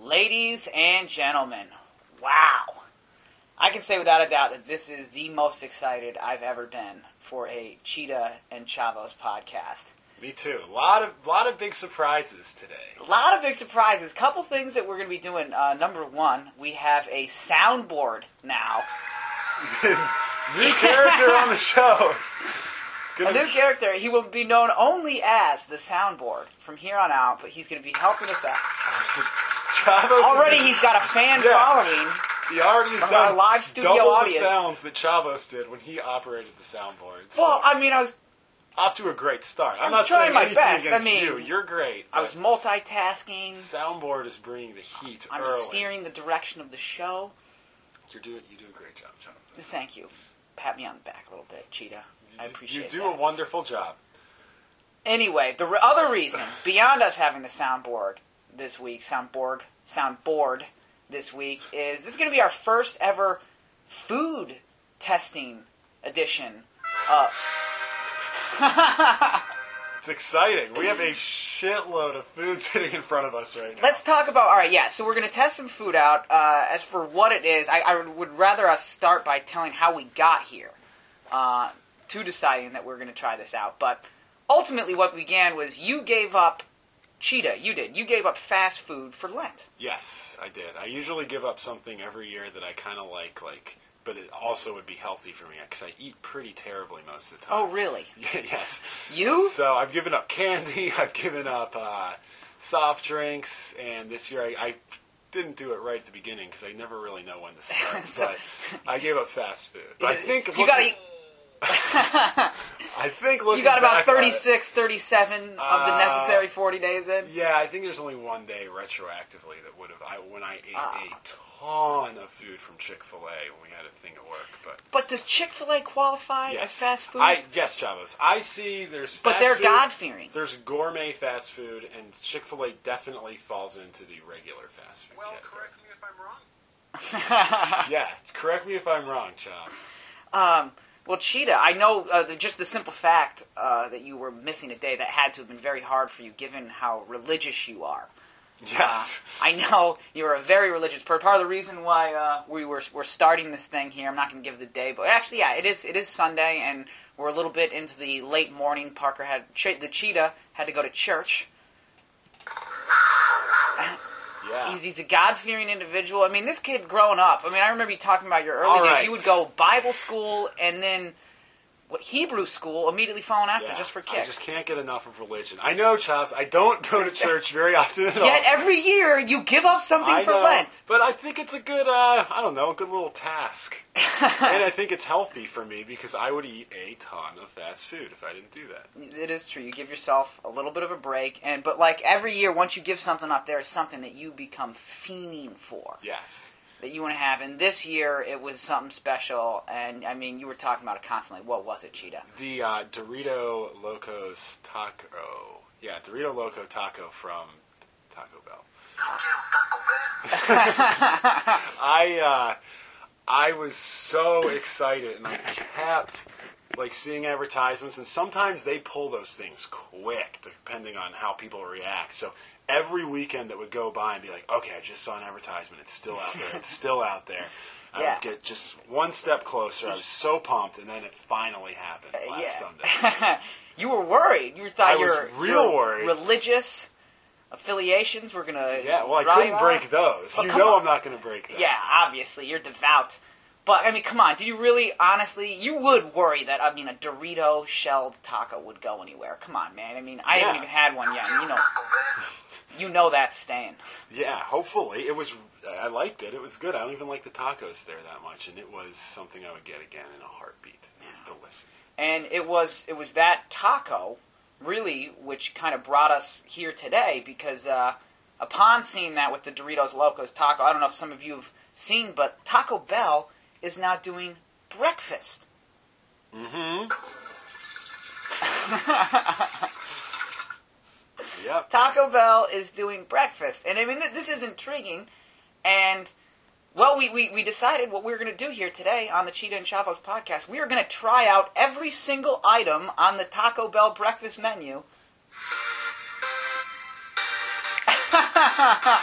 Ladies and gentlemen, wow. I can say without a doubt that this is the most excited I've ever been for a Cheetah and Chavos podcast. Me too. A lot of lot of big surprises today. A lot of big surprises. Couple things that we're going to be doing. Uh, number one, we have a soundboard now. new character on the show. It's A gonna new character. He will be known only as the soundboard from here on out, but he's going to be helping us out. Travis Already, he's got a fan Yeah. following. he already has From done our live studio double audience. the sounds that Chavos did when he operated the soundboard. So, Well, I mean, I was off to a great start. I'm, I'm not trying saying my anything best. I against mean, you. You're great. I was but multitasking. soundboard is bringing the heat I'm early. steering the direction of the show. You're doing you do a great job, Jonathan. Thank you. Pat me on the back a little bit, Cheetah. I appreciate You do that. a wonderful job. Anyway, the re- other reason beyond us having the soundboard this week, soundboard, soundboard this week is this is going to be our first ever food testing edition. Uh, It's exciting. We have a shitload of food sitting in front of us right now. let's talk about all right. Yeah, so we're going to test some food out. Uh, as for what it is, I, I would rather us start by telling how we got here uh, to deciding that we're going to try this out. But ultimately, what began was you gave up cheetah. You did. You gave up fast food for Lent. Yes, I did. I usually give up something every year that I kind of like, like, but it also would be healthy for me because I eat pretty terribly most of the time. Oh, really? Yeah, yes. You? So I've given up candy. I've given up uh, soft drinks, and this year I, I didn't do it right at the beginning because I never really know when to start. So- but I gave up fast food. But I think you looking- got to I think looking you got about back on it- 36, 37 of the Uh, necessary 40 days in. Yeah, I think there's only one day retroactively that would have I when I ate Ah. a ton of food from Chick Fil A when we had a thing at work, but But does Chick-fil-A qualify as yes, fast food? I yes, Chavos. I see. There's but fast they're food, God-fearing. There's gourmet fast food, and Chick Fil A definitely falls into the regular fast food. Well, category. correct me if I'm wrong. yeah, correct me if I'm wrong, Chavos. Um, well, Cheetah, I know uh, the, just the simple fact uh, that you were missing a day that had to have been very hard for you given how religious you are. Ah. Yes, I know you're a very religious person. Part of the reason why uh, we were we're starting this thing here, I'm not going to give the day, but actually, yeah, it is it is Sunday, and we're a little bit into the late morning. Parker had che- the cheetah had to go to church. yeah. He's, he's a God fearing individual. I mean, this kid growing up. I mean, I remember you talking about your early All days. right. You would go Bible school and then what Hebrew school immediately following after Yeah, just for I kicks. just can't get enough of religion. I know, Chavs. I don't go to church very often at all. Yet every year you give up something I for know, Lent. But I think it's a good, uh, I don't know, a good little task. and I think it's healthy for me because I would eat a ton of fast food if I didn't do that. It is true. You give yourself a little bit of a break, and but like every year, once you give something up, there is something that you become fiending for Yes. that you want to have. And this year, it was something special. And I mean, you were talking about it constantly. What was it, Cheetah? The uh, Dorito Locos Taco. Yeah, Dorito Loco Taco from Taco Bell. I uh, I was so excited, and I kept like seeing advertisements, and sometimes they pull those things quick, depending on how people react. So every weekend that would go by and be like, okay, I just saw an advertisement. It's still out there. It's still out there. I Yeah. would get just one step closer. I was so pumped, and then it finally happened Uh, last Sunday. you were worried. You thought I was your real your worried. Religious affiliations were gonna. Yeah, well, I drive couldn't out. break those. you come know on. I'm not going to break those. Yeah, obviously you're devout, but I mean, come on. Do you really, honestly, you would worry that I mean a Dorito shelled taco would go anywhere? Come on, man. I mean, I haven't Yeah. even had one yet. and You know, you know that's staying. Yeah, hopefully. It was, I liked it. It was good. I don't even like the tacos there that much, and it was something I would get again in a heartbeat. It was delicious. and it was it was that taco really which kind of brought us here today because uh, upon seeing that with the Doritos Locos taco, I don't know if some of you have seen, but Taco Bell is now doing breakfast. Mm-hmm. Yep. Taco Bell is doing breakfast, and I mean th- this is intriguing. And well, we, we, we decided what we were going to do here today on the Cheetah and Chavos podcast. We are going to try out every single item on the Taco Bell breakfast menu.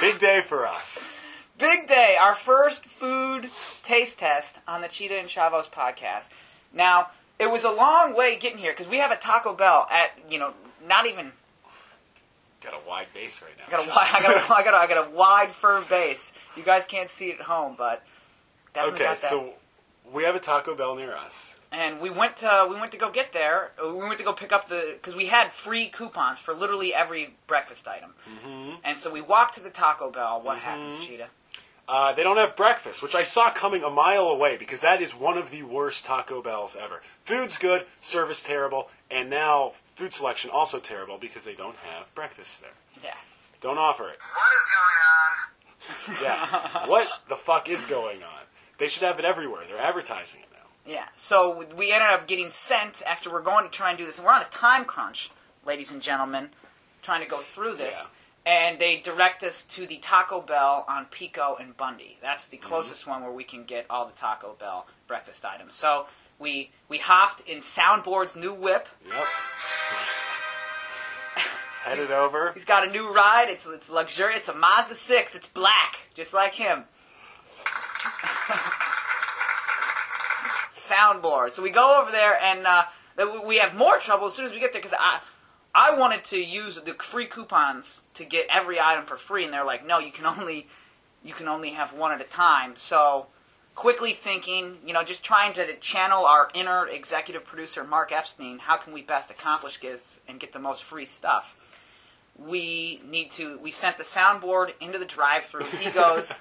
Big day for us. Big day, our first food taste test on the Cheetah and Chavos podcast. Now, it was a long way getting here because we have a Taco Bell at, you know, not even Got a wide base right now. I got a wide, I got a, I got a, I got a wide, firm base. You guys can't see it at home, but definitely okay, got that. so we have a Taco Bell near us. and we went to we went to go get there. Uh, We went to go pick up the because we had free coupons for literally every breakfast item. Mm-hmm. And so we walked to the Taco Bell. Mm-hmm. What happens, Cheetah? Uh, they don't have breakfast, which I saw coming a mile away because that is one of the worst Taco Bells ever. Food's good, service terrible, and now food selection also terrible because they don't have breakfast there. Yeah. Don't offer it. What is going on? Yeah. what the fuck is going on? They should have it everywhere. They're advertising it now. Yeah. So we ended up getting sent after we're going to try and do this, and we're on a time crunch, ladies and gentlemen, trying to go through this. And they direct us to the Taco Bell on Pico and Bundy. That's the closest one where we can get all the Taco Bell breakfast items. So we we hopped in Soundboard's new whip. Yep. Headed over. He's got a new ride. It's it's luxurious. It's a Mazda six. It's black, just like him. Soundboard. So we go over there, and uh, th- we have more trouble as soon as we get there because I I wanted to use the free coupons to get every item for free, and they're like, no, you can only you can only have one at a time. So quickly thinking, you know, just trying to channel our inner executive producer Mark Epstein. How can we best accomplish this and get the most free stuff? we need to we sent the soundboard into the drive through he goes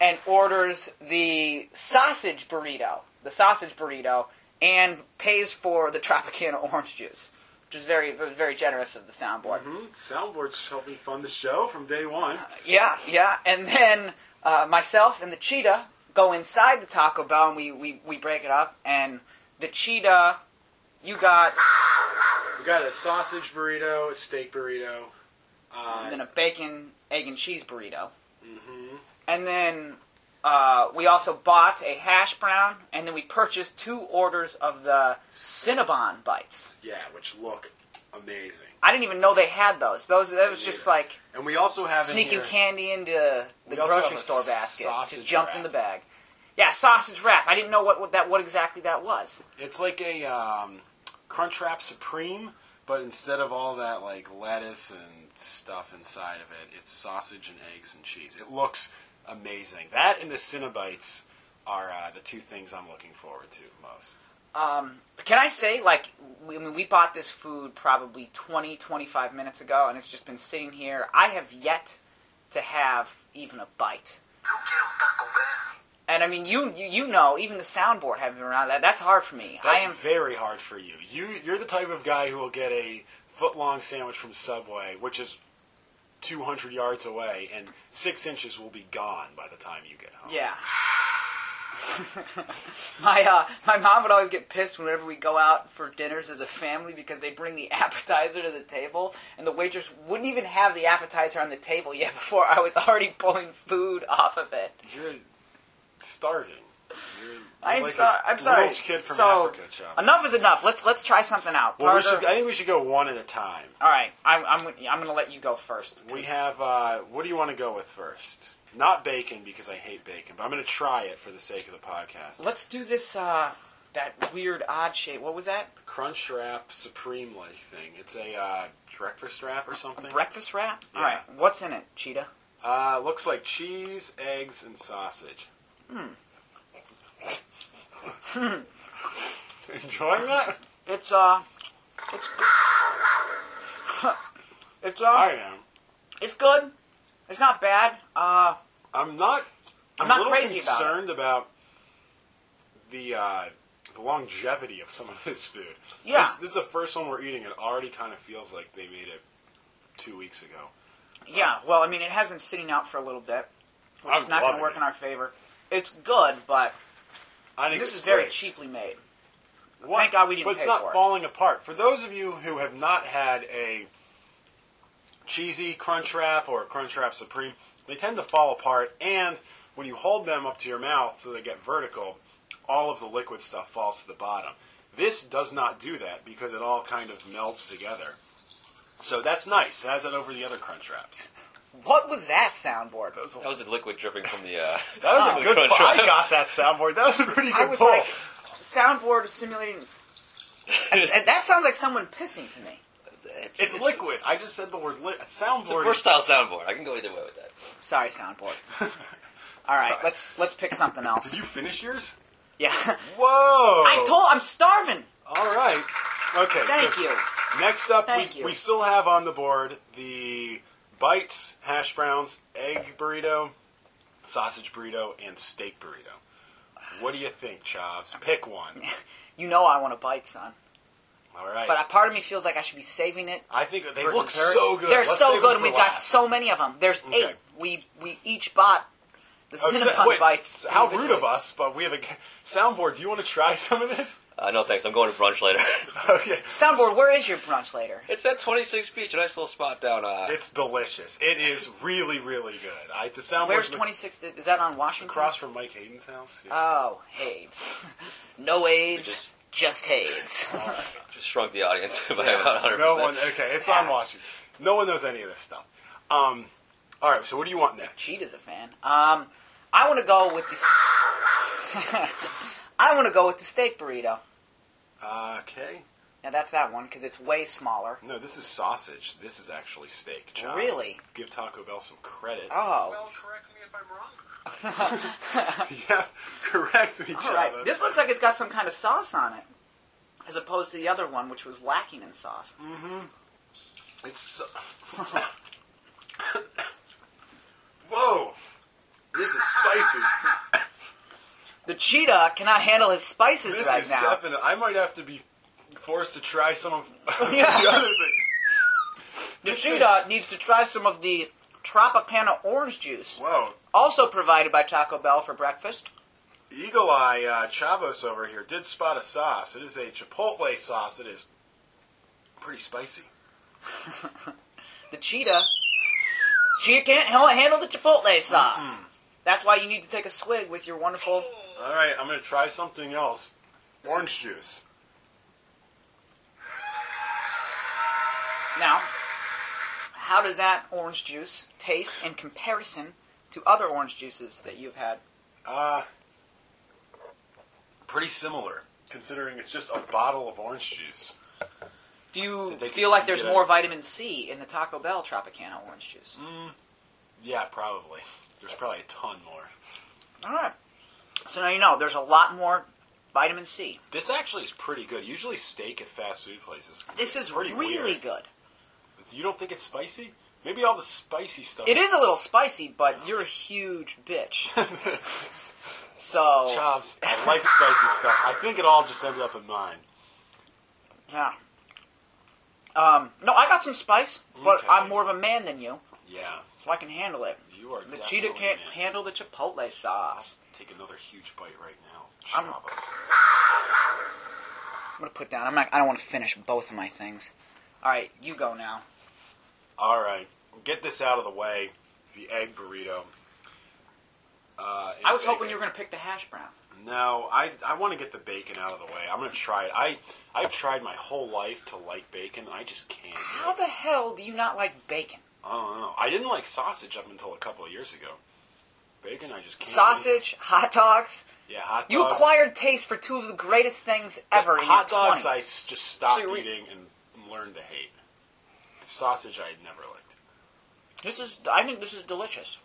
and orders the sausage burrito the sausage burrito and pays for the tropicana orange juice which is very very generous of the soundboard Mm-hmm. Soundboard's helping fund the show from day one. yeah yeah and then uh, myself and the cheetah go inside the taco bell and we, we we break it up and the cheetah you got We got a sausage burrito, a steak burrito. and Uh, then a bacon, egg, and cheese burrito. Mhm. And then uh, we also bought a hash brown, and then we purchased two orders of the Cinnabon bites. yeah, which look amazing. I didn't even know they had those. Those that was just neither. like And we also have in sneaking here- candy into the We also grocery have a store basket. Just sausage jumped in wrap. the bag. Yeah, sausage wrap. I didn't know what, what that what exactly that was. It's like a um, Crunchwrap Supreme, but instead of all that like lettuce and stuff inside of it, it's sausage and eggs and cheese. It looks amazing. That and the Cinnabites are uh, the two things I'm looking forward to most. Um, can I say, like, we, I mean, we bought this food probably 20, 25 minutes ago, and it's just been sitting here. I have yet to have even a bite. Eu quero um Taco Bell. And I mean, you you, you know, even the soundboard having been around that, that's hard for me. That's I am. very hard for you. You you're the type of guy who will get a foot long sandwich from Subway, which is 200 yards away, and six inches will be gone by the time you get home. Yeah. my uh, my mom would always get pissed whenever we go out for dinners as a family because they bring the appetizer to the table and the waitress wouldn't even have the appetizer on the table yet before I was already pulling food off of it. You're starving. You're, I'm, like sorry. a I'm sorry. Rich kid from so, Africa, Chubb. Enough is enough. Let's let's try something out. Well, we Parker- should, I think we should go one at a time. all right, I'm I'm I'm gonna let you go first. We have. Uh, what do you want to go with first? Not bacon because I hate bacon, but I'm going to try it for the sake of the podcast. Let's do this. Uh, that weird odd shape. What was that? Crunch wrap supreme like thing. It's a uh, breakfast wrap or something. Breakfast wrap. All Yeah. right. What's in it, Cheetah? Uh, looks like cheese, eggs, and sausage. Hmm. Enjoying that? It's uh, it's good. it's uh, I am. it's good. It's not bad. Uh, I'm not. I'm, not a little crazy about it. concerned about, the uh, the longevity of some of this food. Yeah. this, this is the first one we're eating. It already kind of feels like they made it two weeks ago. yeah. Well, I mean, it has been sitting out for a little bit. Which I'm is not gonna loving work it. in our favor. It's good, but I think this it's is very great. cheaply made. What- Thank God we didn't But it's pay not for it. falling apart. For those of you who have not had a cheesy crunch wrap or a crunch wrap supreme, they tend to fall apart. And when you hold them up to your mouth so they get vertical, all of the liquid stuff falls to the bottom. This does not do that because it all kind of melds together. So that's nice. It has that over the other crunch wraps. What was that soundboard? That was, a, That was the liquid dripping from the. Uh, that was a Oh, good. good pull. I try. got that soundboard. That was a pretty good I was pull. like, soundboard is simulating. That's- that sounds like someone pissing to me. it's, it's, liquid. I just said the word li- It's a soundboard. is- versatile soundboard. I can go either way with that. Sorry, soundboard. All right, let's let's pick something else. Did you finish yours? Yeah, Whoa! I told I'm starving. All right. Okay. Thank so you. Next up, Thank we, you. we still have on the board the bites, hash browns, egg burrito, sausage burrito, and steak burrito. What do you think, Chavs? Pick one. You know I want a bite, son. All right. But a part of me feels like I should be saving it. I think they for look dessert. so good. They're Let's so save good, them and we've for got last. so many of them. There's Okay. eight. We we each bought the Oh, sa- cinnamon wait, bites. How rude individually. of us! But we have a g- soundboard. Do you want to try some of this? Uh, no thanks. I'm going to brunch later. Okay. Soundboard, where is your brunch later? it's at 26 Beach, a nice little spot down. Uh, It's delicious. It is really, really good. I, the soundboard. Where's 26th? Is that on Washington? Across from Mike Hayden's house. Yeah. Oh, AIDS. no AIDS, Just- just, AIDS. just shrunk the audience by about 100. No one. Okay, it's on Yeah. Washington. No one knows any of this stuff. Um, all right. So what do you want next? Cheetah's a fan. Um, I want to go with this. I want to go with the steak burrito. Uh, okay. Now that's that one because it's way smaller. No, this is sausage. This is actually steak. Chops. Really? Give Taco Bell some credit. Oh, Well, correct me if I'm wrong. yeah, correct me, all right. Chava. This looks like it's got some kind of sauce on it, as opposed to the other one, which was lacking in sauce. Mm. It's. So- Whoa! This is spicy. The cheetah cannot handle his spices This right is now. definite. I might have to be forced to try some of Yeah. the other thing. the cheetah needs to try some of the Tropicana orange juice, Whoa. also provided by Taco Bell for breakfast. Eagle Eye uh, Chavos over here did spot a sauce. It is a chipotle sauce. It is pretty spicy. The cheetah, cheetah can't hel- handle the chipotle sauce. That's why you need to take a swig with your wonderful. All right, I'm gonna try something else. Orange juice. Now, how does that orange juice taste in comparison to other orange juices that you've had? Uh, pretty similar considering it's just a bottle of orange juice. Do you They feel can- like there's yeah. more vitamin C in the Taco Bell Tropicana orange juice? Mm. Yeah, probably. There's probably a ton more. All right. So now you know there's a lot more vitamin C. This actually is pretty good. Usually steak at fast food places. This is pretty really weird. good. It's- You don't think it's spicy? Maybe all the spicy stuff. It is a little spicy, but you're a huge bitch. so Chops. I like spicy stuff. I think it all just ended up in mine. yeah. Um, no, I got some spice, but Okay. I'm more of a man than you, Yeah, so I can handle it. you are. The cheetah can't handle handle. the chipotle sauce. Take another huge bite right now. I'm- Chavos. I'm gonna put down. I'm not. I don't want to finish both of my things. All right, you go now. All right, get this out of the way. The egg burrito. Uh, I was hoping bacon. you were gonna pick the hash brown. No, I I want to get the bacon out of the way. I'm gonna try it. I I've tried my whole life to like bacon. I just can't. do How it. the hell do you not like bacon? I don't know. I didn't like sausage up until a couple of years ago. Bacon, I just can't. do. Sausage, hot dogs. Yeah, hot dogs. You acquired taste for two of the greatest things ever. in Hot your dogs, 20s. I s- just stopped So you re- eating and learned to hate. Sausage, I never liked. This is. I think this is delicious.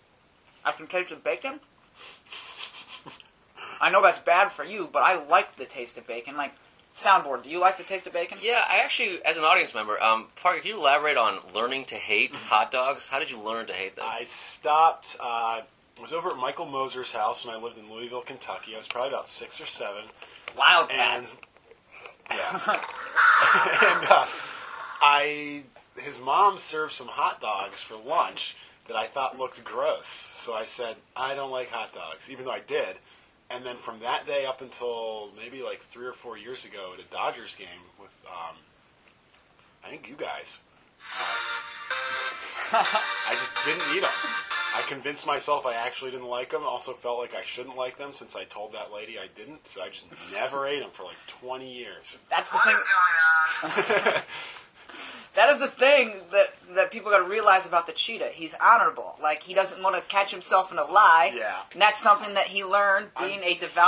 I can taste the bacon. I know that's bad for you, but I like the taste of bacon. Like, soundboard, do you like the taste of bacon? Yeah, I actually, as an audience member, um, Parker, can you elaborate on learning to hate hot dogs? How did you learn to hate them? I stopped. Uh, I was over at Michael Moser's house when I lived in Louisville, Kentucky. I was probably about six or seven, Wildcat. and yeah, and uh, I his mom served some hot dogs for lunch that I thought looked gross. So I said I don't like hot dogs, even though I did. And then from that day up until maybe like three or four years ago at a Dodgers game with, um, I think you guys, I just didn't eat them. I convinced myself I actually didn't like them. Also felt like I shouldn't like them since I told that lady I didn't. So I just never ate them for like 20 years. That's the What thing. is going on? That is the thing that that people got to realize about the cheetah. He's honorable. Like he doesn't want to catch himself in a lie. Yeah. And that's something that he learned being a devout